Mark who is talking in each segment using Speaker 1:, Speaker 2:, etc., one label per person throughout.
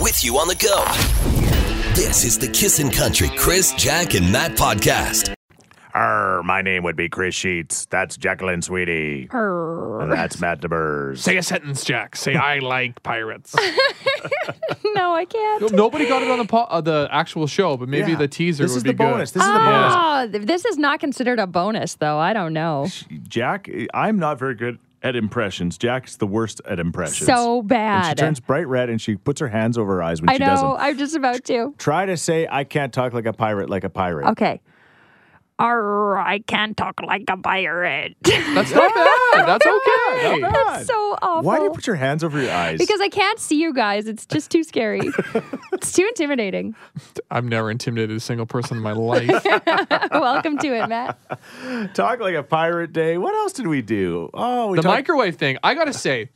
Speaker 1: with you on the go. This is the Kissin' Country Chris, Jack, and Matt podcast.
Speaker 2: Arr, my name would be Chris Sheets. That's Jacqueline Sweetie. And that's Matt DeBurs.
Speaker 3: Say a sentence, Jack. Say I like pirates.
Speaker 4: No, I can't.
Speaker 5: Nobody got it on the po- uh, the actual show, but maybe
Speaker 2: Yeah.
Speaker 5: the teaser
Speaker 2: This
Speaker 5: would
Speaker 2: is
Speaker 5: be
Speaker 2: the bonus. This is the bonus.
Speaker 4: Oh, th- this is not considered a bonus, though. I don't know.
Speaker 2: Jack, I'm not very good at impressions. Jack's the worst at impressions.
Speaker 4: So
Speaker 2: And
Speaker 4: bad.
Speaker 2: she turns bright red and she puts her hands over her eyes when
Speaker 4: I
Speaker 2: she
Speaker 4: know.
Speaker 2: doesn't.
Speaker 4: I'm just about to.
Speaker 2: Try to say, I can't talk like a pirate, like a pirate.
Speaker 4: Okay. Arr, I can't talk like a pirate.
Speaker 5: good. That's not bad. That's okay.
Speaker 4: That's so awful.
Speaker 2: Why do you put your hands over your eyes?
Speaker 4: because I can't see you guys. It's just too scary. it's too intimidating.
Speaker 5: I've never intimidated a single person in my life.
Speaker 4: Welcome to it, Matt.
Speaker 2: talk like a pirate day. What else did we do? Oh, we
Speaker 5: the
Speaker 2: talked-
Speaker 5: microwave thing. I gotta say,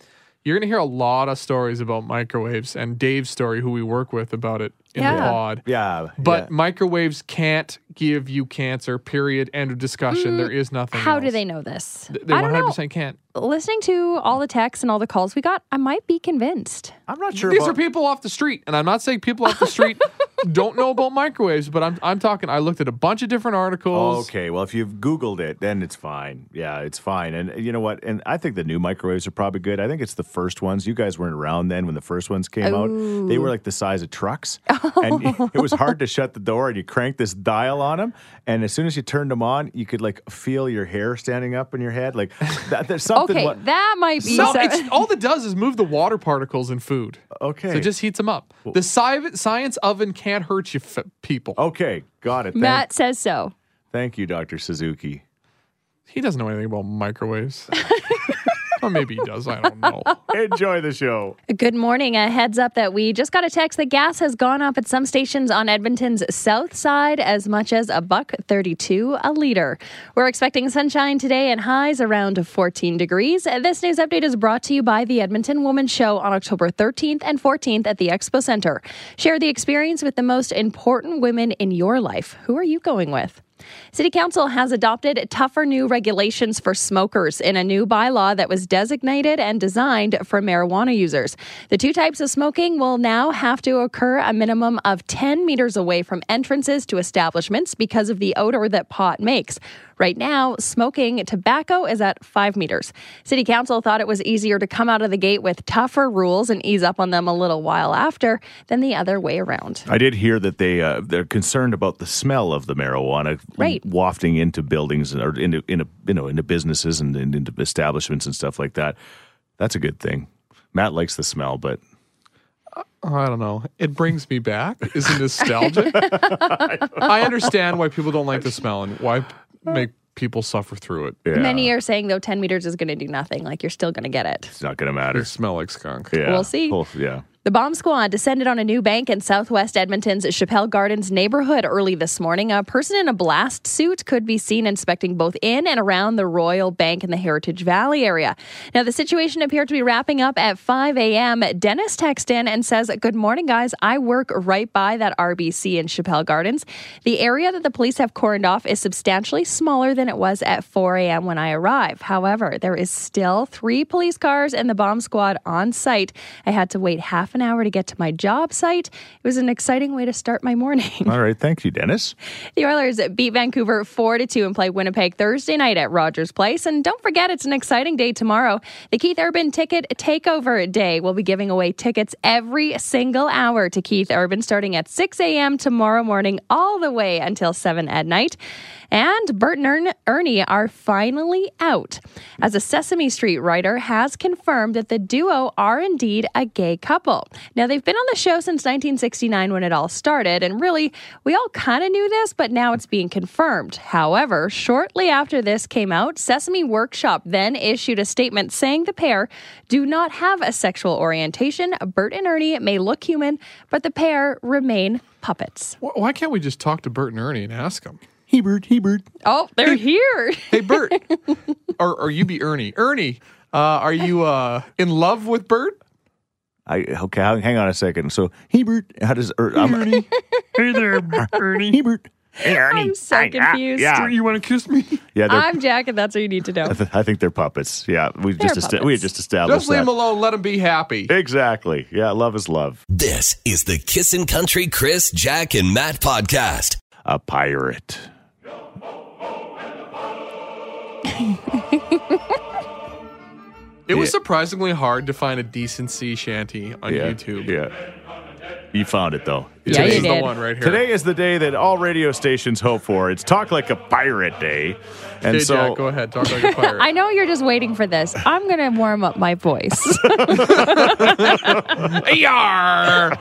Speaker 5: you're gonna hear a lot of stories about microwaves and Dave's story, who we work with, about it in the
Speaker 4: Yeah.
Speaker 5: pod.
Speaker 2: Yeah.
Speaker 5: But
Speaker 2: yeah.
Speaker 5: microwaves can't give you cancer. Period. End of
Speaker 2: Mm,
Speaker 5: discussion. there is nothing.
Speaker 4: How do
Speaker 5: else.
Speaker 4: they know this?
Speaker 5: Th- They
Speaker 4: I don't
Speaker 5: 100% can't.
Speaker 4: know. Listening to all the texts and all the calls we got, I might be convinced.
Speaker 2: I'm not sure.
Speaker 5: These
Speaker 2: about-
Speaker 5: are people off the street, and I'm not saying people off the street don't know about microwaves, but I'm I'm talking. I looked at a bunch of different articles.
Speaker 2: Okay, well, if you've Googled it, then it's fine. Yeah, it's fine. And uh, you know what? And I think the new microwaves are probably good. I think it's the first ones. You guys weren't around then when the first ones came out. They were
Speaker 4: Oh.
Speaker 2: like the size of trucks, and it was hard to shut the door. And you cranked this dial on them, and as soon as you turned them on, you could like feel your hair standing up in your head. Like that, there's something.
Speaker 4: Okay,
Speaker 2: wa-
Speaker 4: that might be.
Speaker 5: No,
Speaker 4: so-
Speaker 5: it's, all that does is move the water particles in food.
Speaker 2: okay.
Speaker 5: So it just heats them up. The sci- science oven can't hurt you, f- people.
Speaker 2: okay, got it. Thank,
Speaker 4: Matt says so.
Speaker 2: thank you, Doctor Suzuki.
Speaker 5: He doesn't know anything about microwaves. or maybe he does. I don't know.
Speaker 2: Enjoy the show.
Speaker 4: Good morning. A heads up that we just got a text that gas has gone up at some stations on Edmonton's south side as much as a buck 32 a liter. We're expecting sunshine today and highs around 14 degrees. This news update is brought to you by the Edmonton Woman Show on October 13th and 14th at the Expo Center. Share the experience with the most important women in your life. Who are you going with? City Council has adopted tougher new regulations for smokers in a new bylaw that was designated and designed for marijuana users. The two types of smoking will now have to occur a minimum of 10 meters away from entrances to establishments because of the odor that pot makes. Right now, smoking tobacco is at five meters. City Council thought it was easier to come out of the gate with tougher rules and ease up on them a little while after than the other way around.
Speaker 2: I did hear that they uh, they're concerned about the smell of the marijuana
Speaker 4: Right.
Speaker 2: wafting into buildings and- or into into you know into businesses and, and into establishments and stuff like that. That's a good thing. Matt likes the smell, but
Speaker 5: I don't know. It brings me back. Is it nostalgic? I understand why people don't like the smell and why p- make people suffer through it.
Speaker 2: Uh. yeah,
Speaker 4: Many are saying, though, 10 meters is going to do nothing, like you're still going to get it.
Speaker 2: it's not going to
Speaker 5: They
Speaker 2: matter.
Speaker 5: smell like skunk.
Speaker 2: Yeah.
Speaker 4: We'll see.
Speaker 2: Well, yeah.
Speaker 4: The bomb squad descended on a new bank in southwest Edmonton's Chappelle Gardens neighborhood early this morning. A person in a blast suit could be seen inspecting both in and around the Royal Bank in the Heritage Valley area. Now, the situation appeared to be wrapping up at 5 a.m. Dennis texts in and says, Good morning, guys. I work right by that RBC in Chappelle Gardens. The area that the police have cordoned off is substantially smaller than it was at 4 a.m. when I arrived. However, there is still three police cars and the bomb squad on site. I had to wait half an hour to get to my job site. It was an exciting way to start my morning.
Speaker 2: All right, thank you, Dennis.
Speaker 4: the Oilers beat Vancouver 4 to 2 and play Winnipeg Thursday night at Rogers Place. And don't forget, it's an exciting day tomorrow. The Keith Urban Ticket Takeover Day will be giving away tickets every single hour to Keith Urban starting at 6 a.m. tomorrow morning all the way until 7 at night. And Bert and Ern- Ernie are finally out, as a Sesame Street writer has confirmed that the duo are indeed a gay couple. Now they've been on the show since 1969 when it all started, and really we all kind of knew this, but now it's being confirmed. However, shortly after this came out, Sesame Workshop then issued a statement saying the pair do not have a sexual orientation. Bert and Ernie may look human, but the pair remain puppets.
Speaker 5: Wh- Why can't we just talk to Bert and Ernie and ask them?
Speaker 2: Hebert, Hebert.
Speaker 4: Oh, they're here.
Speaker 5: Hey, Bert, or, or you be Ernie. Ernie, uh, are you uh, in love with Bert?
Speaker 2: I okay. Hang hang on a second. So Hebert, how does er, I'm,
Speaker 3: hey there, Ernie.
Speaker 2: Hebert? Hey, Ernie.
Speaker 4: I'm so
Speaker 2: Hi. Ah,
Speaker 4: confused.
Speaker 2: Yeah,
Speaker 5: You want to kiss me?
Speaker 2: yeah. They're,
Speaker 4: I'm Jack, and that's what you need to know.
Speaker 2: I, th- I think they're puppets. Yeah, we just esta- we
Speaker 4: puppets.
Speaker 2: had just established
Speaker 5: Just leave him
Speaker 2: that.
Speaker 5: alone. Let him be happy.
Speaker 2: Exactly. Yeah, love is love.
Speaker 1: This is the Kissin' Country Chris, Jack, and Matt podcast.
Speaker 2: A pirate.
Speaker 5: It was
Speaker 2: Yeah.
Speaker 5: surprisingly hard to find a decent sea shanty on
Speaker 2: Yeah.
Speaker 5: YouTube.
Speaker 2: Yeah. You found it though.
Speaker 4: Yeah,
Speaker 5: This
Speaker 4: you
Speaker 5: is the
Speaker 4: did.
Speaker 5: one right here.
Speaker 2: Today is the day that all radio stations hope for. It's Talk Like a Pirate Day. And
Speaker 5: Hey,
Speaker 2: so
Speaker 5: Jack, go ahead. Talk like a pirate.
Speaker 4: I know you're just waiting for this. I'm going to warm up my voice.
Speaker 5: Yar!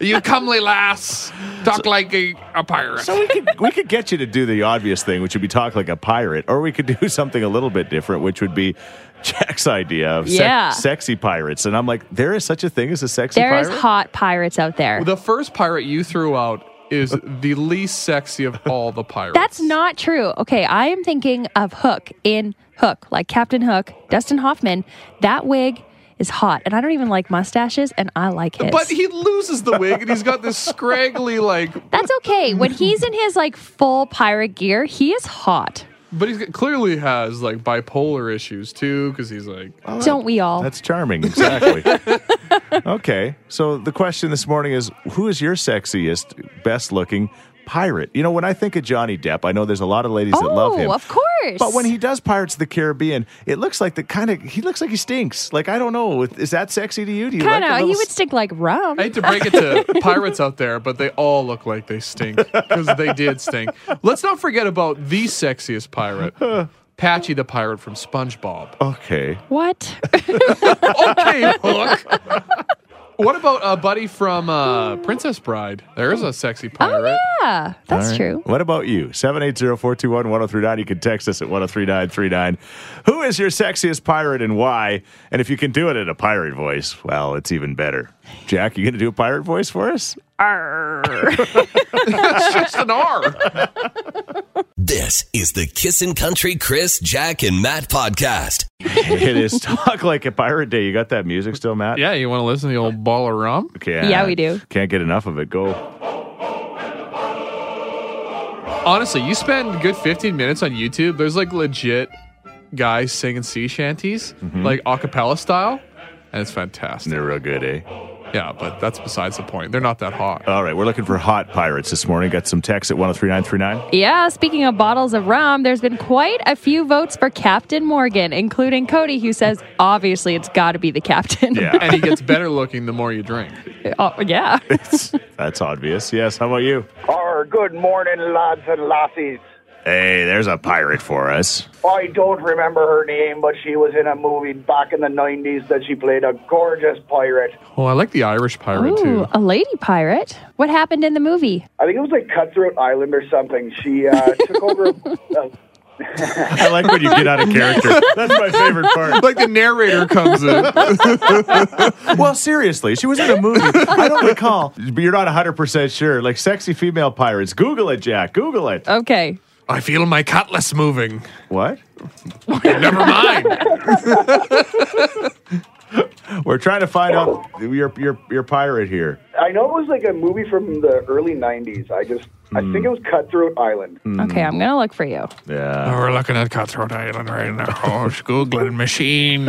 Speaker 5: you comely lass. Talk like a, a pirate.
Speaker 2: So we could we could get you to do the obvious thing, which would be talk like a pirate, or we could do something a little bit different, which would be Jack's idea of sec-
Speaker 4: Yeah.
Speaker 2: sexy pirates. And I'm like, there is such a thing as a sexy
Speaker 4: there is
Speaker 2: pirate.
Speaker 4: hot pirates out there.
Speaker 5: the first pirate you threw out is the least sexy of all the pirates.
Speaker 4: That's not true. Okay, I am thinking of Hook in Hook, like Captain Hook, Dustin Hoffman. That wig is hot, and I don't even like mustaches, and I like his.
Speaker 5: But he loses the wig and he's got this scraggly, like,
Speaker 4: That's okay. When he's in his like full pirate gear, he is hot.
Speaker 5: but he clearly has like bipolar issues too because he's like,
Speaker 4: don't we all?
Speaker 2: That's charming, exactly. okay, so the question this morning is: Who is your sexiest, best-looking pirate? You know, when I think of Johnny Depp, I know there's a lot of ladies that love
Speaker 4: Oh,
Speaker 2: him,
Speaker 4: of course.
Speaker 2: But when he does Pirates of the Caribbean, it looks like the kind of he looks like he stinks. Like I don't know, is that sexy to you? Do you
Speaker 4: kind of,
Speaker 2: like the
Speaker 4: he
Speaker 2: little
Speaker 4: would stick like rum.
Speaker 5: I hate to break it to pirates out there, but they all look like they stink because they did stink. Let's not forget about the sexiest pirate, Patchy the pirate from SpongeBob.
Speaker 2: Okay.
Speaker 4: what?
Speaker 5: Okay, Hook. What about a buddy from uh, Princess Bride? There's a sexy pirate.
Speaker 4: yeah, that's true.
Speaker 2: What about you? 780-421-1039. You can text us at 103939. Who is your sexiest pirate and why? And if you can do it in a pirate voice, well, it's even better. Jack, you going to do a pirate voice for us?
Speaker 5: It's just an R.
Speaker 1: This is the Kissin' Country Chris, Jack, and Matt podcast.
Speaker 2: it is Talk Like a Pirate Day. You got that music still, Matt?
Speaker 5: Yeah, you want to listen to the old ball of rum?
Speaker 2: Can't-
Speaker 4: Yeah, we do.
Speaker 2: Can't get enough of it. Go.
Speaker 5: Honestly, you spend a good 15 minutes on YouTube. There's like legit guys singing sea shanties, like a cappella style, and it's fantastic.
Speaker 2: They're real good, eh?
Speaker 5: Yeah, but that's besides the point. They're not that hot.
Speaker 2: All right, we're looking for hot pirates this morning. Got some texts at 103939.
Speaker 4: Yeah, speaking of bottles of rum, there's been quite a few votes for Captain Morgan, including Cody, who says obviously it's got to be the captain.
Speaker 2: Yeah.
Speaker 5: and he gets better looking the more you drink.
Speaker 4: oh, yeah.
Speaker 2: That's obvious. Yes, how about you?
Speaker 6: Or good morning, lads and lassies.
Speaker 2: Hey, there's a pirate for us.
Speaker 6: I don't remember her name, but she was in a movie back in the 90s that she played a gorgeous pirate.
Speaker 5: Well, Oh, I like the Irish pirate
Speaker 4: Ooh,
Speaker 5: too.
Speaker 4: a lady pirate. What happened in the movie?
Speaker 6: I think it was like Cutthroat Island or something. She uh, took over. Uh,
Speaker 2: I like when you get out of character. That's my favorite part.
Speaker 5: Like the narrator comes in.
Speaker 2: Well, seriously, she was in a movie. I don't recall. But you're not 100% sure. Like sexy female pirates. Google it, Jack. Google
Speaker 4: Uh,
Speaker 2: it.
Speaker 4: Okay.
Speaker 5: I feel my cutlass moving.
Speaker 2: What?
Speaker 5: Never mind.
Speaker 2: We're trying to find out your your your pirate here.
Speaker 6: I know it was like a movie from the early 90s. I just, I think it was Cutthroat Island.
Speaker 4: Okay, I'm going to look for you.
Speaker 2: Ah, Yeah.
Speaker 5: We're looking at Cutthroat Island right now. Oh, Googling machine.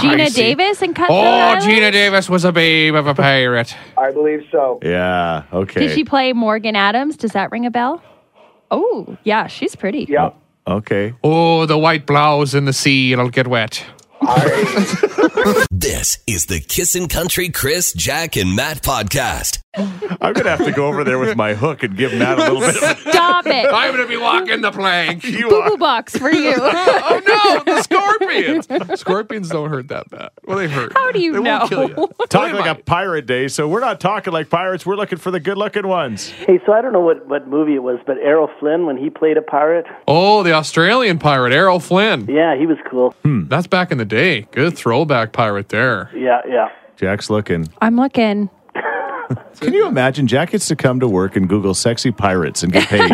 Speaker 4: Gina Davis and Cutthroat
Speaker 5: Oh,
Speaker 4: Island?
Speaker 5: Gina Davis was a babe of a pirate.
Speaker 6: I believe so.
Speaker 2: Yeah. Okay.
Speaker 4: Did she play Morgan Adams? Does that ring a bell? Oh, yeah, she's pretty.
Speaker 6: Yeah.
Speaker 2: okay.
Speaker 5: Oh, the white blouse in the sea, it'll get wet.
Speaker 6: I,
Speaker 1: This is the Kissin' Country Chris, Jack, and Matt podcast.
Speaker 2: I'm going to have to go over there with my hook and give Matt a little bit of
Speaker 4: Stop it.
Speaker 5: I'm gonna be walking the plank.
Speaker 2: you
Speaker 4: Boo
Speaker 2: are.
Speaker 4: boo box for you.
Speaker 5: oh no, the scorpions. Scorpions don't hurt that bad. Well, they hurt.
Speaker 4: How do you
Speaker 5: they
Speaker 4: know?
Speaker 5: Won't kill you.
Speaker 2: Talking like a pirate day, so we're not talking like pirates. We're looking for the good looking ones.
Speaker 7: Hey, so I don't know what, what movie it was, but Errol Flynn, when he played a pirate,
Speaker 5: Oh, the Australian pirate, Errol Flynn.
Speaker 7: yeah, he was cool.
Speaker 5: That's back in the day. Good throwback pirate there.
Speaker 7: Yeah, yeah.
Speaker 2: Jack's looking.
Speaker 4: I'm looking.
Speaker 2: Can you imagine? Jack gets to come to work and Google sexy pirates and get paid.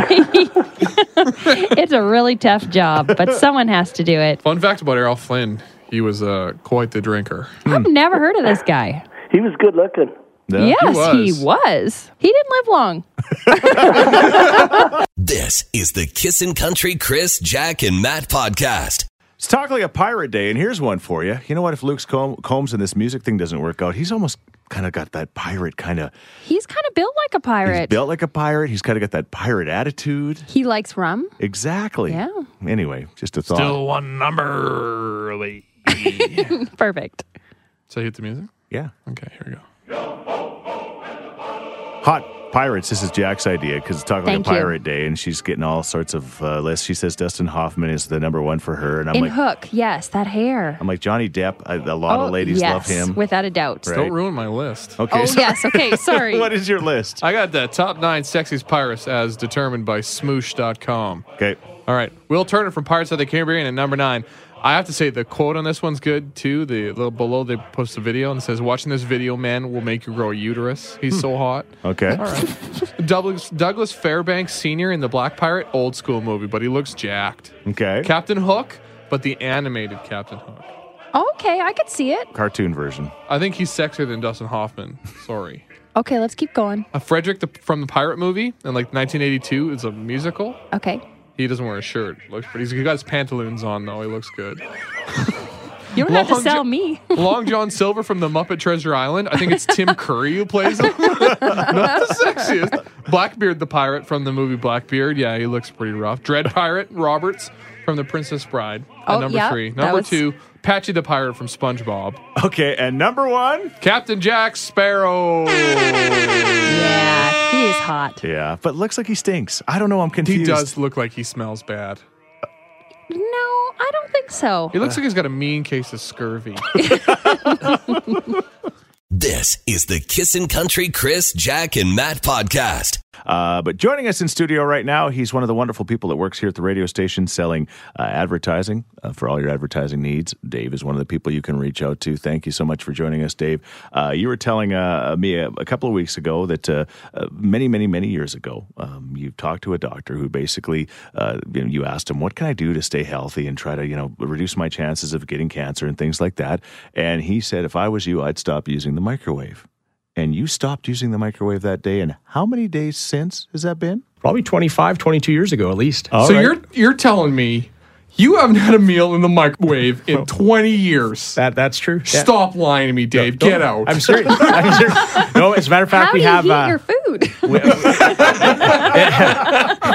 Speaker 4: It's a really tough job, but someone has to do it.
Speaker 5: Fun fact about Errol Flynn: he was uh, quite the drinker.
Speaker 4: I've never heard of this guy.
Speaker 7: He was good looking.
Speaker 2: Hmm. Yeah.
Speaker 4: yes,
Speaker 5: He
Speaker 4: he was. He didn't live long.
Speaker 1: This is the Kissin' Country Chris, Jack, and Matt podcast.
Speaker 2: It's Talk Like a Pirate Day, and here's one for you. You know what? If Luke's Com- Combs and this music thing doesn't work out, he's almost kind of got that pirate kind of.
Speaker 4: He's kind of built like a
Speaker 2: He's
Speaker 4: pirate.
Speaker 2: built like a pirate. He's kind of got that pirate attitude.
Speaker 4: he likes rum.
Speaker 2: Exactly.
Speaker 4: Yeah.
Speaker 2: Anyway, just a thought.
Speaker 3: Still one number early.
Speaker 4: Perfect.
Speaker 5: So hit the music.
Speaker 2: Yeah.
Speaker 5: Okay, here we go.
Speaker 2: Hot Pirates. This is Jack's idea because it's talking
Speaker 4: Thank
Speaker 2: like
Speaker 4: you.
Speaker 2: a pirate day, and she's getting all sorts of uh, lists. She says Dustin Hoffman is the number one for her, and I'm
Speaker 4: In
Speaker 2: like,
Speaker 4: Hook, yes, that hair.
Speaker 2: I'm like Johnny Depp. I, a lot of ladies
Speaker 4: Oh, yes,
Speaker 2: love him.
Speaker 4: without a doubt.
Speaker 2: Right.
Speaker 5: Don't ruin my list.
Speaker 2: okay.
Speaker 4: Oh
Speaker 2: so
Speaker 4: yes. Okay. Sorry.
Speaker 2: what is your list?
Speaker 5: I got the top nine sexiest pirates as determined by smoosh.com.
Speaker 2: Okay.
Speaker 5: All right. Will Turner from Pirates of the Caribbean at number nine. I have to say the quote on this one's good too. The little below they post a video and it says, "Watching this video, man, will make you grow a uterus. He's so hot."
Speaker 2: Okay.
Speaker 5: Douglas Douglas Fairbanks Senior in the Black Pirate, old school movie, but he looks jacked.
Speaker 2: Okay.
Speaker 5: Captain Hook, but the animated Captain Hook.
Speaker 4: okay, I could see it.
Speaker 2: Cartoon version.
Speaker 5: I think he's sexier than Dustin Hoffman. Sorry.
Speaker 4: Okay, let's keep going.
Speaker 5: Uh, Frederick the, from the Pirate movie in like 1982 is a musical.
Speaker 4: Okay.
Speaker 5: He doesn't wear a shirt, looks, but he's he got his pantaloons on though. He looks good.
Speaker 4: You don't have to
Speaker 5: Long
Speaker 4: sell
Speaker 5: jo-
Speaker 4: me.
Speaker 5: Long John Silver from the Muppet Treasure Island. I think it's Tim Curry who plays him. Not the sexiest. Blackbeard the pirate from the movie Blackbeard. Yeah, he looks pretty rough. Dread Pirate Roberts from The Princess Bride. at
Speaker 4: Oh,
Speaker 5: number
Speaker 4: yeah,
Speaker 5: three.
Speaker 4: that
Speaker 5: Number
Speaker 4: was-
Speaker 5: two, Patchy the pirate from SpongeBob.
Speaker 2: Okay. And number one.
Speaker 5: Captain Jack Sparrow.
Speaker 4: yeah, he is hot.
Speaker 2: Yeah, but looks like he stinks. I don't know. I'm confused.
Speaker 5: He does look like he smells bad.
Speaker 4: No, I don't think so.
Speaker 5: He looks like he's got a mean case of scurvy.
Speaker 1: This is the Kissin' Country Chris, Jack, and Matt podcast.
Speaker 2: Uh, but joining us in studio right now, he's one of the wonderful people that works here at the radio station selling uh, advertising uh, for all your advertising needs. Dave is one of the people you can reach out to. Thank you so much for joining us, Dave. Uh, you were telling uh, me a, a couple of weeks ago that uh, uh, many, many, many years ago, um, you talked to a doctor who basically uh, you, know, you asked him, "What can I do to stay healthy and try to you know reduce my chances of getting cancer and things like that?" And he said, "If I was you, I'd stop using the microwave." and you stopped using the microwave that day. And how many days since has that been?
Speaker 8: probably 25, 22 years ago at least.
Speaker 5: so you're you're telling me you haven't had a meal in the microwave in 20 years.
Speaker 8: that that's true. Yeah.
Speaker 5: Stop lying to me, Dave. Get out.
Speaker 8: I'm serious. I'm serious. No, as a matter of fact,
Speaker 4: How
Speaker 8: we
Speaker 4: do you
Speaker 8: have
Speaker 4: heat
Speaker 8: uh,
Speaker 4: your food?
Speaker 5: Do you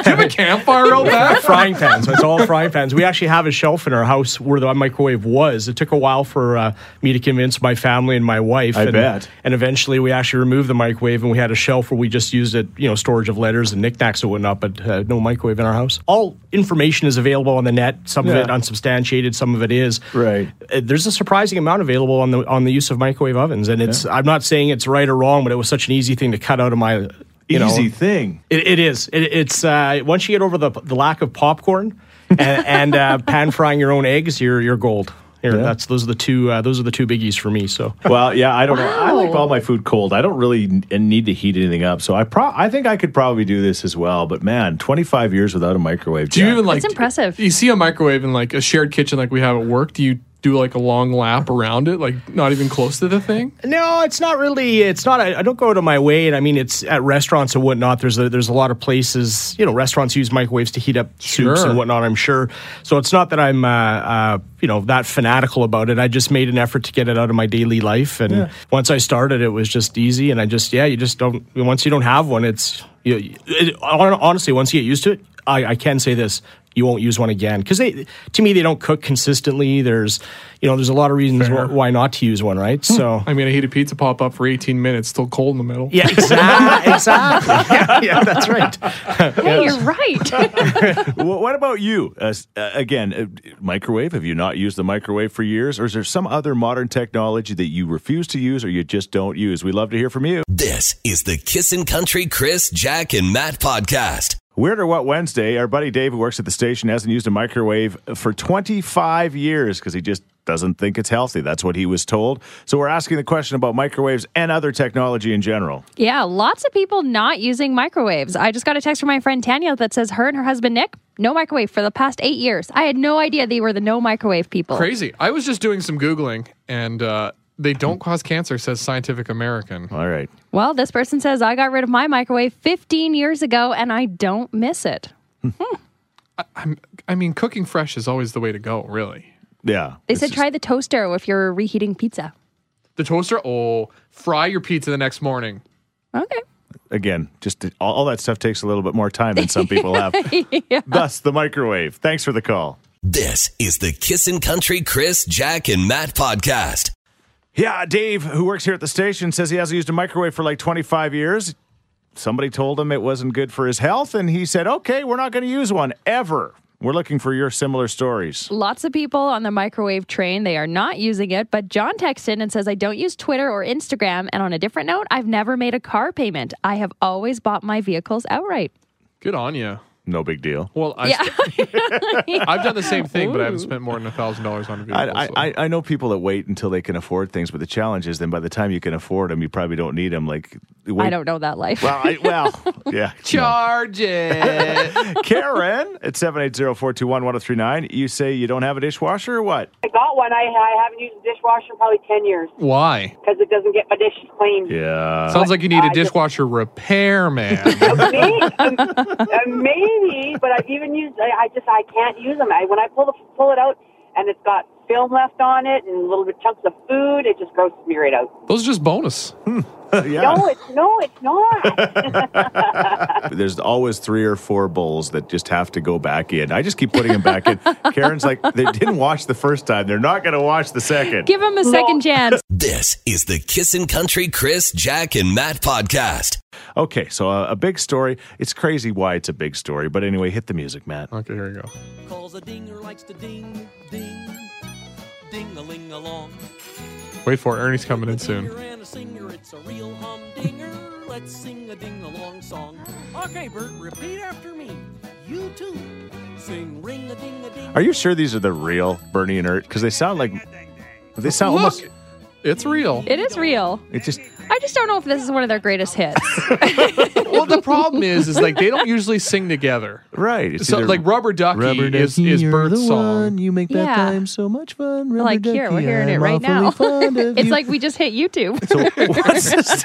Speaker 5: have a campfire out back?
Speaker 8: frying pans. It's all frying pans. We actually have a shelf in our house where the microwave was. It took a while for uh, me to convince my family and my wife.
Speaker 2: I
Speaker 8: and,
Speaker 2: bet.
Speaker 8: And eventually, we actually removed the microwave and we had a shelf where we just used it, you know, storage of letters and knickknacks and whatnot. But uh, no microwave in our house. All information is available on the net. Some
Speaker 2: Yeah.
Speaker 8: of it unsubstantiated. Some of it is
Speaker 2: Right.
Speaker 8: Uh, There's a surprising amount available on the on the use of microwave ovens, and it's. I'm not saying it's right or wrong, but it was such an easy thing to cut out of my. You know,
Speaker 2: Easy thing.
Speaker 8: it, it is. It, it's uh, once you get over the, the lack of popcorn and, and uh, pan frying your own eggs, you're you're gold. You're- That's those are the two uh, those are the two biggies for me. So
Speaker 2: Well, yeah, I don't know. I like
Speaker 4: Wow.
Speaker 2: all my food cold. I don't really n- need to heat anything up, so I pro- I think I could probably do this as well. But man, twenty five years without a microwave.
Speaker 5: Do you
Speaker 2: Jack.
Speaker 5: even like
Speaker 4: That's impressive.
Speaker 5: You see a microwave in like a shared kitchen like we have at work. Do you do like a long lap around it? Like not even close to the thing?
Speaker 8: no, it's not really. It's not. I, I don't go out of my way, and I mean, it's at restaurants and whatnot. There's a, there's a lot of places. You know, restaurants use microwaves to heat up soups
Speaker 5: Sure.
Speaker 8: and whatnot. I'm sure. So it's not that I'm uh, uh, you know that fanatical about it. I just made an effort to get it out of my daily life, and once I started, it was just easy. And I just yeah, you just don't once you don't have one, it's you, it, hon- honestly once you get used to it, I, I can say this. You won't use one again because they, to me, they don't cook consistently. There's, you know, there's a lot of reasons wh- why not to use one, right? So
Speaker 5: I mean, I heat a pizza pop up for 18 minutes, still cold in the middle.
Speaker 8: yeah, exactly. exactly. Yeah, yeah, that's right.
Speaker 4: hey, you're right.
Speaker 2: Wh- what about you? Uh, s- uh, again, uh, microwave. Have you not used the microwave for years, or is there some other modern technology that you refuse to use or you just don't use? We love to hear from you.
Speaker 1: This is the Kissin' Country Chris, Jack, and Matt podcast.
Speaker 2: Weird or What Wednesday, our buddy Dave, who works at the station, hasn't used a microwave for 25 years because he just doesn't think it's healthy. That's what he was told. So we're asking the question about microwaves and other technology in general.
Speaker 4: yeah, lots of people not using microwaves. I just got a text from my friend Tanya that says her and her husband Nick no microwave for the past eight years. I had no idea they were the no microwave people.
Speaker 5: Crazy. I was just doing some Googling and uh, They don't cause cancer, says Scientific American.
Speaker 2: All right.
Speaker 4: Well, this person says, I got rid of my microwave 15 years ago and I don't miss it.
Speaker 5: I'm, I mean, cooking fresh is always the way to go, really.
Speaker 2: Yeah.
Speaker 4: They
Speaker 2: It's
Speaker 4: said
Speaker 2: just-
Speaker 4: try the toaster if you're reheating pizza.
Speaker 5: The toaster, oh, fry your pizza the next morning.
Speaker 4: Okay.
Speaker 2: again, just all, all that stuff takes a little bit more time than some people have. Thus, the microwave. Thanks for the call.
Speaker 1: This is the Kissin' Country Chris, Jack, and Matt podcast.
Speaker 2: Yeah, Dave, who works here at the station, says he hasn't used a microwave for like 25 years. Somebody told him it wasn't good for his health, and he said, okay, we're not going to use one ever. We're looking for your similar stories.
Speaker 4: Lots of people on the microwave train, they are not using it. But John texts in and says, I don't use Twitter or Instagram. And on a different note, I've never made a car payment. I have always bought my vehicles outright.
Speaker 5: Good on you.
Speaker 2: No big deal.
Speaker 5: Well, I,
Speaker 4: Yeah.
Speaker 5: I've done the same thing, but I haven't spent more than thousand dollars on a vehicle.
Speaker 2: I,
Speaker 5: so-
Speaker 2: I, I- I know people that wait until they can afford things, but the challenge is then by the time you can afford them, you probably don't need them. Like, wait.
Speaker 4: I don't know that life.
Speaker 2: Well, I, well yeah.
Speaker 5: charge it.
Speaker 2: Karen at 780-421-1039. You say you don't have a dishwasher or what?
Speaker 9: I got one. I, I haven't used a dishwasher in probably 10 years
Speaker 5: Why?
Speaker 9: because it doesn't get my dishes clean.
Speaker 2: Yeah.
Speaker 5: Sounds like you need a dishwasher repair man.
Speaker 9: Maybe, um, uh, maybe, but I've even used. I, I just I can't use them. I, when I pull the, pull it out, and it's got film left on it and little bit chunks of food, it just grosses me right out.
Speaker 5: Those are just bonus.
Speaker 2: yeah.
Speaker 9: No, it's no, it's not.
Speaker 2: There's always three or four bowls that just have to go back in. I just keep putting them back in. Karen's like, they didn't wash the first time. They're not going to wash the second.
Speaker 4: Give him a second chance.
Speaker 1: This is the Kissin' Country Chris, Jack, and Matt podcast.
Speaker 2: okay, so a, a big story. It's crazy why it's a big story. But anyway, hit the music, Matt.
Speaker 5: Okay, here we go.
Speaker 10: Cause a dinger likes to ding, ding, ding a ling along.
Speaker 5: Wait for it. Ernie's coming in soon.
Speaker 10: And a singer, it's a real humdinger. Let's sing a ding along song. Okay, Bert, repeat after me. You too. Sing ring a ding a ding.
Speaker 2: Are you sure these are the real Bernie and Ert? Because they sound like, they sound almost,
Speaker 5: Look, it's real.
Speaker 4: It is real.
Speaker 2: it just,
Speaker 4: I just don't know if this is one of their greatest hits.
Speaker 5: Well, the problem is, is like they don't usually sing together.
Speaker 2: right. It's
Speaker 5: So,
Speaker 2: either-
Speaker 5: like Rubber Ducky, is,
Speaker 2: Ducky,
Speaker 5: is
Speaker 2: you're
Speaker 5: Bert's
Speaker 2: the
Speaker 5: song.
Speaker 2: one. You make that
Speaker 4: Yeah.
Speaker 2: time so much fun. Rubber
Speaker 4: like, here, we're
Speaker 2: ducky,
Speaker 4: hearing it
Speaker 2: I'm
Speaker 4: right
Speaker 2: awfully
Speaker 4: now.
Speaker 2: fond of
Speaker 4: it's
Speaker 2: you.
Speaker 4: like we just hit YouTube.
Speaker 2: So, what's this?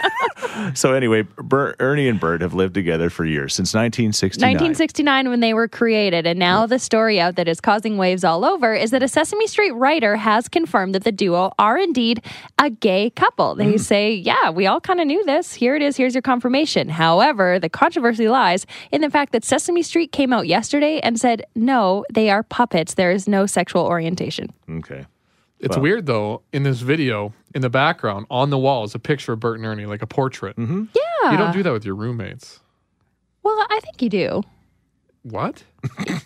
Speaker 2: so anyway, Ber- Ernie and Bert have lived together for years since 1969.
Speaker 4: 1969 when they were created and now the story out that is causing waves all over is that a sesame street writer has confirmed that the duo are indeed a gay couple they
Speaker 5: Mm.
Speaker 4: say yeah we all kind of knew this here it is here's your confirmation however the controversy lies in the fact that sesame street came out yesterday and said no they are puppets there is no sexual orientation
Speaker 2: okay.
Speaker 5: It's weird though. In this video, in the background, on the wall is a picture of Bert and Ernie, like a portrait. Mm-hmm. Yeah. You don't do that with your roommates.
Speaker 4: Ah, well i think you do
Speaker 5: What?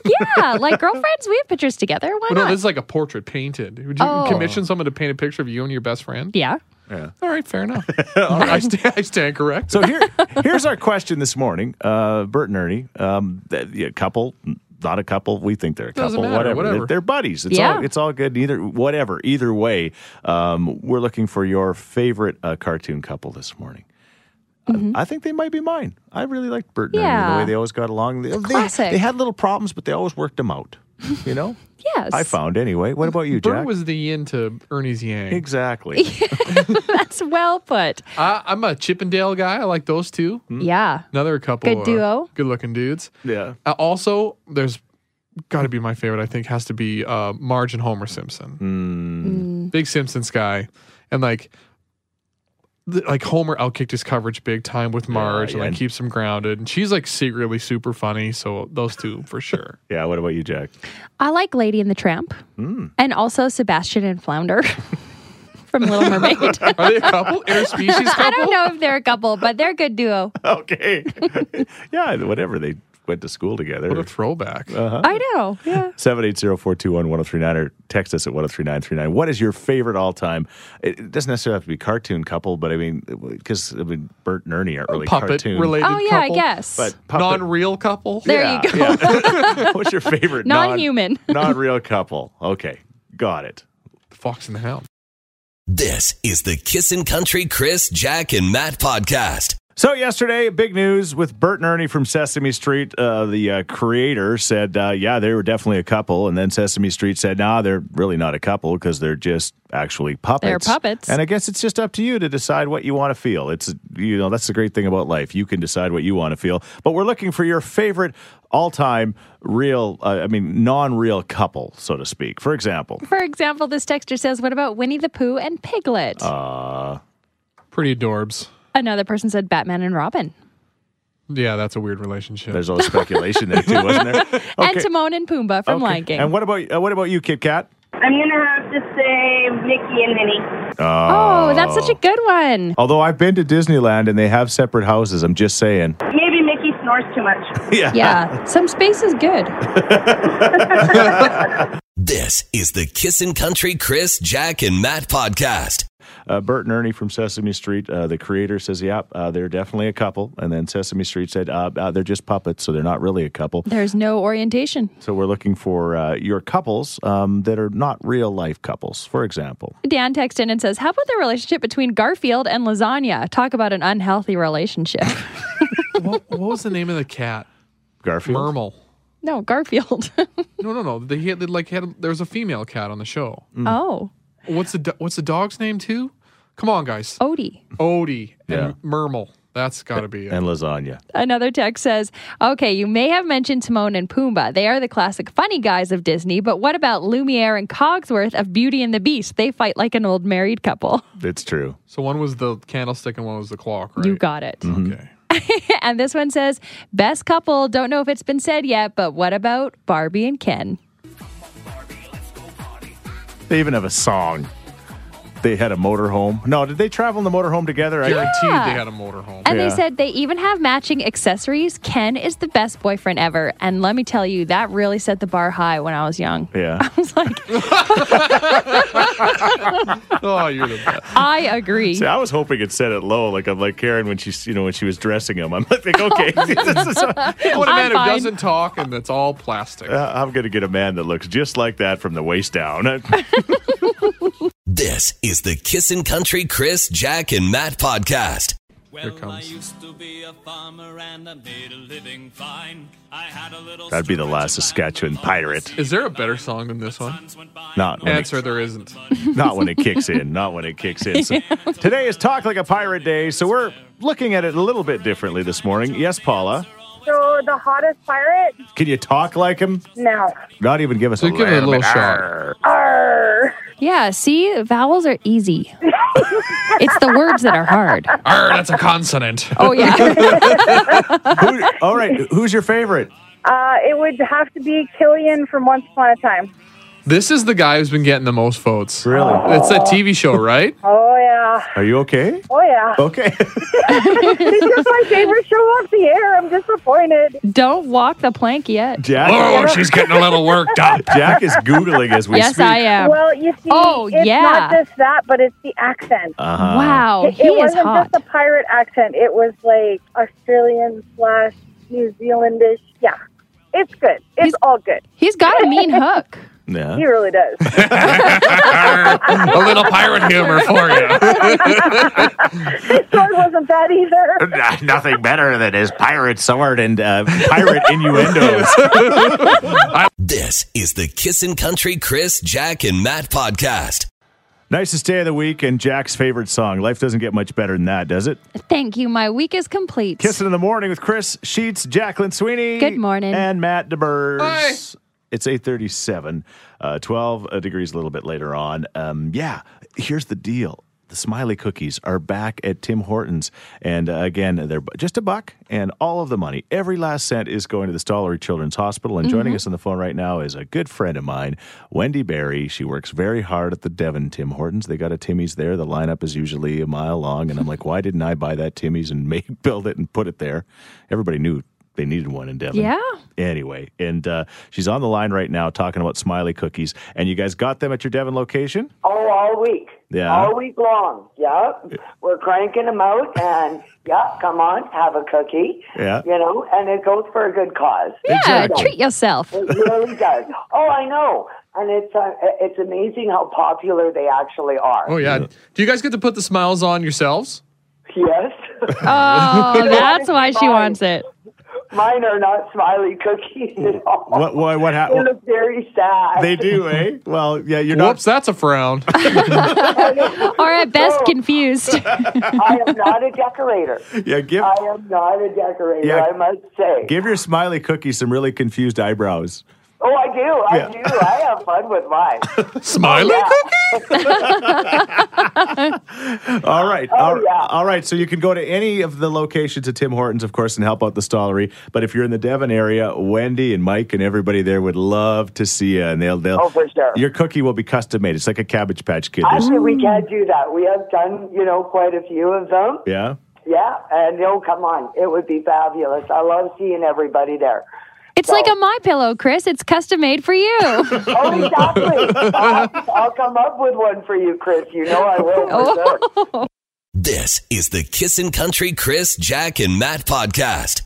Speaker 4: yeah like girlfriends we have pictures together why
Speaker 5: Well, no,
Speaker 4: not
Speaker 5: this is like a portrait painted. Would you
Speaker 4: Oh.
Speaker 5: commission someone to paint a picture of you and your best friend?
Speaker 4: yeah
Speaker 5: All right, fair enough. All right. I, stand, I stand corrected.
Speaker 2: So here, here's our question this morning. Uh, Bert and Ernie, um, th- yeah, couple, not a couple. We think they're a
Speaker 5: Doesn't
Speaker 2: couple.
Speaker 5: matter,
Speaker 2: whatever.
Speaker 5: whatever.
Speaker 2: They're, they're buddies. It's
Speaker 4: Yeah.
Speaker 2: all it's all good. Either whatever. Either way, um, we're looking for your favorite uh, cartoon couple this morning. I-
Speaker 5: Mm-hmm.
Speaker 2: I think they might be mine. I really liked Bert and Ernie
Speaker 4: Yeah.
Speaker 2: the way they always got along. They, they-
Speaker 4: classic.
Speaker 2: they had little problems, but they always worked them out. You know.
Speaker 4: yes
Speaker 2: I found anyway. What about you,
Speaker 5: Bert
Speaker 2: Jack?
Speaker 5: was the yin to Ernie's yang.
Speaker 2: exactly.
Speaker 4: that's well put
Speaker 5: I, I'm a Chippendale guy. I like those two.
Speaker 4: yeah
Speaker 5: Another couple.
Speaker 4: Good duo.
Speaker 5: good looking dudes.
Speaker 2: yeah.
Speaker 5: Uh, also, there's got to be my favorite. I think has to be uh, Marge and Homer Simpson.
Speaker 4: Hmm.
Speaker 5: Big Simpsons guy, and like. th- Like Homer outkicked his coverage big time with Marge
Speaker 2: yeah.
Speaker 5: and like keeps him grounded. And she's like secretly super funny. So those two for sure.
Speaker 2: Yeah. What about you, Jack?
Speaker 4: I like Lady and the Tramp and also Sebastian and Flounder from Little Mermaid.
Speaker 5: Are they a couple? Interspecies couple?
Speaker 4: I don't know if they're a couple, but they're a good duo.
Speaker 2: Okay. yeah. Whatever. They went to school together.
Speaker 5: What a throwback.
Speaker 4: I know. Yeah.
Speaker 2: 780-421-1039 or text us at 103939. What is your favorite all-time? It it doesn't necessarily have to be cartoon couple, but I mean, because I mean, Bert and Ernie aren't really
Speaker 5: Puppet
Speaker 2: cartoon.
Speaker 5: related
Speaker 4: Oh, yeah, I
Speaker 5: couple.
Speaker 4: guess.
Speaker 2: But puppet-
Speaker 5: Non real couple.
Speaker 4: There you go.
Speaker 2: yeah. What's your favorite non-
Speaker 4: Non-human.
Speaker 2: non-real couple? Okay, got it.
Speaker 5: Fox and the Hound.
Speaker 1: This is the Kissin' Country Chris, Jack, and Matt podcast.
Speaker 2: So yesterday, big news with Bert and Ernie from Sesame Street. Uh, the uh, creator said, uh, "Yeah, they were definitely a couple," and then Sesame Street said, "Nah, they're really not a couple because they're just actually puppets."
Speaker 4: They're puppets.
Speaker 2: And I guess it's just up to you to decide what you want to feel. It's you know that's the great thing about life. You can decide what you want to feel. But we're looking for your favorite all-time real, uh, I mean, non-real couple, so to speak. For example,
Speaker 4: For example, this texter says, What about Winnie the Pooh and Piglet?
Speaker 2: uh,
Speaker 5: Pretty adorbs.
Speaker 4: Another person said, Batman and Robin.
Speaker 5: Yeah, that's a weird relationship.
Speaker 2: there's all the speculation there too, wasn't there?
Speaker 4: And Timon and Pumbaa from Lion King.
Speaker 2: And what about uh, what about you, Kit Kat?
Speaker 11: I'm gonna have to say Mickey and Minnie.
Speaker 4: oh, that's such a good one.
Speaker 2: Although I've been to Disneyland and they have separate houses, I'm just saying.
Speaker 11: Maybe Mickey snores too much.
Speaker 2: Yeah.
Speaker 4: Yeah, some space is good.
Speaker 1: This is the Kissin' Country Chris, Jack, and Matt podcast.
Speaker 2: Uh, Bert and Ernie from Sesame Street, uh, the creator says, "Yep, uh, they're definitely a couple." And then Sesame Street said, uh, uh, "They're just puppets, so they're not really a couple."
Speaker 4: There's no orientation.
Speaker 2: So we're looking for uh, your couples um, that are not real life couples. For example,
Speaker 4: Dan texts in and says, How about the relationship between Garfield and lasagna? Talk about an unhealthy relationship.
Speaker 5: what, what was the name of the cat?
Speaker 2: Garfield.
Speaker 5: Mermal.
Speaker 4: no, Garfield.
Speaker 5: No, no, no. They had they like had a, there was a female cat on the show.
Speaker 4: Oh,
Speaker 5: What's the do- what's the dog's name too? Come on, guys.
Speaker 4: Odie.
Speaker 5: Odie
Speaker 2: Yeah.
Speaker 5: and Mermal. That's got to be it.
Speaker 2: and lasagna.
Speaker 4: Another text says, Okay, you may have mentioned Timon and Pumbaa. They are the classic funny guys of Disney, but what about Lumiere and Cogsworth of Beauty and the Beast? They fight like an old married couple.
Speaker 2: It's true.
Speaker 5: So one was the candlestick and one was the clock, right? Mm.
Speaker 4: You got it.
Speaker 2: Mm-hmm.
Speaker 5: okay.
Speaker 4: and this one says, Best couple. Don't know if it's been said yet, but what about Barbie and Ken?
Speaker 2: They even have a song. They had a motorhome. No, did they travel in the motorhome together? I-
Speaker 5: Guaranteed
Speaker 4: Yeah.
Speaker 5: they had a motorhome.
Speaker 4: And
Speaker 2: Yeah.
Speaker 4: they said they even have matching accessories. Ken is the best boyfriend ever. And let me tell you, that really set the bar high when I was young.
Speaker 2: yeah.
Speaker 4: I was like,
Speaker 5: oh, you're the best.
Speaker 4: I agree.
Speaker 2: See, I was hoping it set it low. Like I'm like Karen when she's you know when she was dressing him. I'm like okay, this is a-
Speaker 5: What a
Speaker 4: I'm
Speaker 5: man who
Speaker 4: fine.
Speaker 5: doesn't talk and that's all plastic.
Speaker 2: Uh, I'm gonna get a man that looks just like that from the waist down.
Speaker 1: This is the Kissin' Country Chris, Jack, and Matt podcast.
Speaker 5: Here
Speaker 10: Well, I
Speaker 5: comes.
Speaker 10: used to be a farmer and I made a living fine. I had a little.
Speaker 2: That'd be
Speaker 10: stretch
Speaker 2: the
Speaker 10: of
Speaker 2: last
Speaker 10: land
Speaker 2: Saskatchewan
Speaker 10: along the
Speaker 2: pirate.
Speaker 5: Is there a better song than this one?
Speaker 10: seas went by
Speaker 2: Not when,
Speaker 5: Answer there isn't.
Speaker 2: it, not when it kicks in. Not when it kicks in. So, today is Talk Like a Pirate Day, so we're looking at it a little bit differently this morning. Yes, Paula,
Speaker 11: So the hottest pirate?
Speaker 2: can you talk like him?
Speaker 11: No.
Speaker 2: Not even give us
Speaker 5: So
Speaker 2: a,
Speaker 5: give it a
Speaker 2: little
Speaker 5: little
Speaker 2: bit.
Speaker 5: shot.
Speaker 2: Arr.
Speaker 11: Arr.
Speaker 4: Yeah, see, vowels are easy. it's the words that are hard.
Speaker 5: Arr, that's a consonant.
Speaker 4: Oh, yeah.
Speaker 2: Who, all right, who's your favorite?
Speaker 11: Uh, it would have to be Killian from Once Upon a Time.
Speaker 5: This is the guy who's been getting the most votes.
Speaker 2: Really?
Speaker 5: It's that TV show, right?
Speaker 11: Oh yeah.
Speaker 2: Are you okay?
Speaker 11: Oh yeah.
Speaker 2: Okay.
Speaker 11: It's just my favorite show off the air. I'm disappointed.
Speaker 4: Don't walk the plank yet.
Speaker 2: Jack.
Speaker 5: Oh, she's getting a little worked up.
Speaker 2: Jack is googling as we
Speaker 4: Yes,
Speaker 2: speak.
Speaker 4: I am.
Speaker 11: Well, you see,
Speaker 4: Oh,
Speaker 11: it's
Speaker 4: yeah.
Speaker 11: not just that, but it's the accent.
Speaker 2: Uh-huh.
Speaker 4: wow,
Speaker 11: it,
Speaker 4: he
Speaker 11: it
Speaker 4: is
Speaker 11: wasn't
Speaker 4: hot.
Speaker 11: just a pirate accent. It was like Australian slash New Zealandish. Yeah. It's good. It's
Speaker 4: He's-
Speaker 11: all good.
Speaker 4: He's got a mean hook.
Speaker 2: Yeah.
Speaker 11: He really does.
Speaker 5: Arr, a little pirate humor for you.
Speaker 11: His sword wasn't that either.
Speaker 2: Nah, Nothing better than his pirate sword and uh, pirate innuendos.
Speaker 1: This is the Kissin' Country Chris, Jack, and Matt podcast.
Speaker 2: Nicest day of the week and Jack's favorite song. Life doesn't get much better than that, does it?
Speaker 4: Thank you. My week is complete.
Speaker 2: Kissing in the morning with Chris Sheets, Jacqueline Sweeney.
Speaker 4: Good morning.
Speaker 2: And Matt DeBurs.
Speaker 5: Hi.
Speaker 2: It's 837, uh, 12 degrees a little bit later on. Um, yeah, here's the deal. The smiley cookies are back at Tim Hortons. And uh, again, they're bu- just a buck, and all of the money, every last cent, is going to the Stollery Children's Hospital. And joining us on the phone right now is a good friend of mine, Wendy Berry. She works very hard at the Devon Tim Hortons. They got a Timmy's there. The lineup is usually a mile long. And I'm like, why didn't I buy that Timmy's and make, build it and put it there? Everybody knew they needed one in Devon.
Speaker 4: Yeah.
Speaker 2: Anyway, and uh, she's on the line right now talking about smiley cookies. And you guys got them at your Devon location?
Speaker 12: Oh, all week.
Speaker 2: Yeah.
Speaker 12: All week long. Yeah. We're cranking them out and, yeah, come on, have a cookie.
Speaker 2: Yeah.
Speaker 12: You know, and it goes for a good cause.
Speaker 4: Yeah,
Speaker 2: Exactly.
Speaker 4: treat yourself.
Speaker 12: It really does. Oh, I know. And it's uh, it's amazing how popular they actually are.
Speaker 5: Oh, yeah. Do you guys get to put the smiles on yourselves?
Speaker 12: Yes.
Speaker 4: Oh, that's why she wants it.
Speaker 12: Mine are not smiley cookies at all.
Speaker 2: What? What? What
Speaker 12: They
Speaker 2: happened?
Speaker 12: look very sad.
Speaker 2: They do, eh? Well, yeah, you're
Speaker 5: Whoops, that's a frown.
Speaker 4: or at
Speaker 11: Oh.
Speaker 4: best confused.
Speaker 12: I am not a decorator.
Speaker 2: Yeah, give-
Speaker 12: I am not a decorator,
Speaker 2: Yeah.
Speaker 12: I must say.
Speaker 2: not. Give your smiley cookie some really confused eyebrows.
Speaker 12: oh, I do. I
Speaker 2: Yeah.
Speaker 12: do. I have fun with mine.
Speaker 2: Smiley
Speaker 12: cookies?
Speaker 2: All right.
Speaker 12: Oh,
Speaker 2: all,
Speaker 12: yeah.
Speaker 2: all right. So you can go to any of the locations at Tim Hortons, of course, and help out the stallery. But if you're in the Devon area, Wendy and Mike and everybody there would love to see you. And they'll, they'll
Speaker 12: Oh, for sure.
Speaker 2: Your cookie will be custom made. It's like a Cabbage Patch Kid. There's-
Speaker 12: Actually, we can do that. We have done, you know, quite a few of them.
Speaker 2: yeah.
Speaker 12: Yeah, and oh, come on. It would be fabulous. I love seeing everybody there.
Speaker 4: It's like a my pillow, Chris. It's custom made for you.
Speaker 12: Oh, exactly. I'll, I'll come up with one for you, Chris. You know I will. For sure.
Speaker 1: This is the Kissin' Country Chris, Jack, and Matt podcast.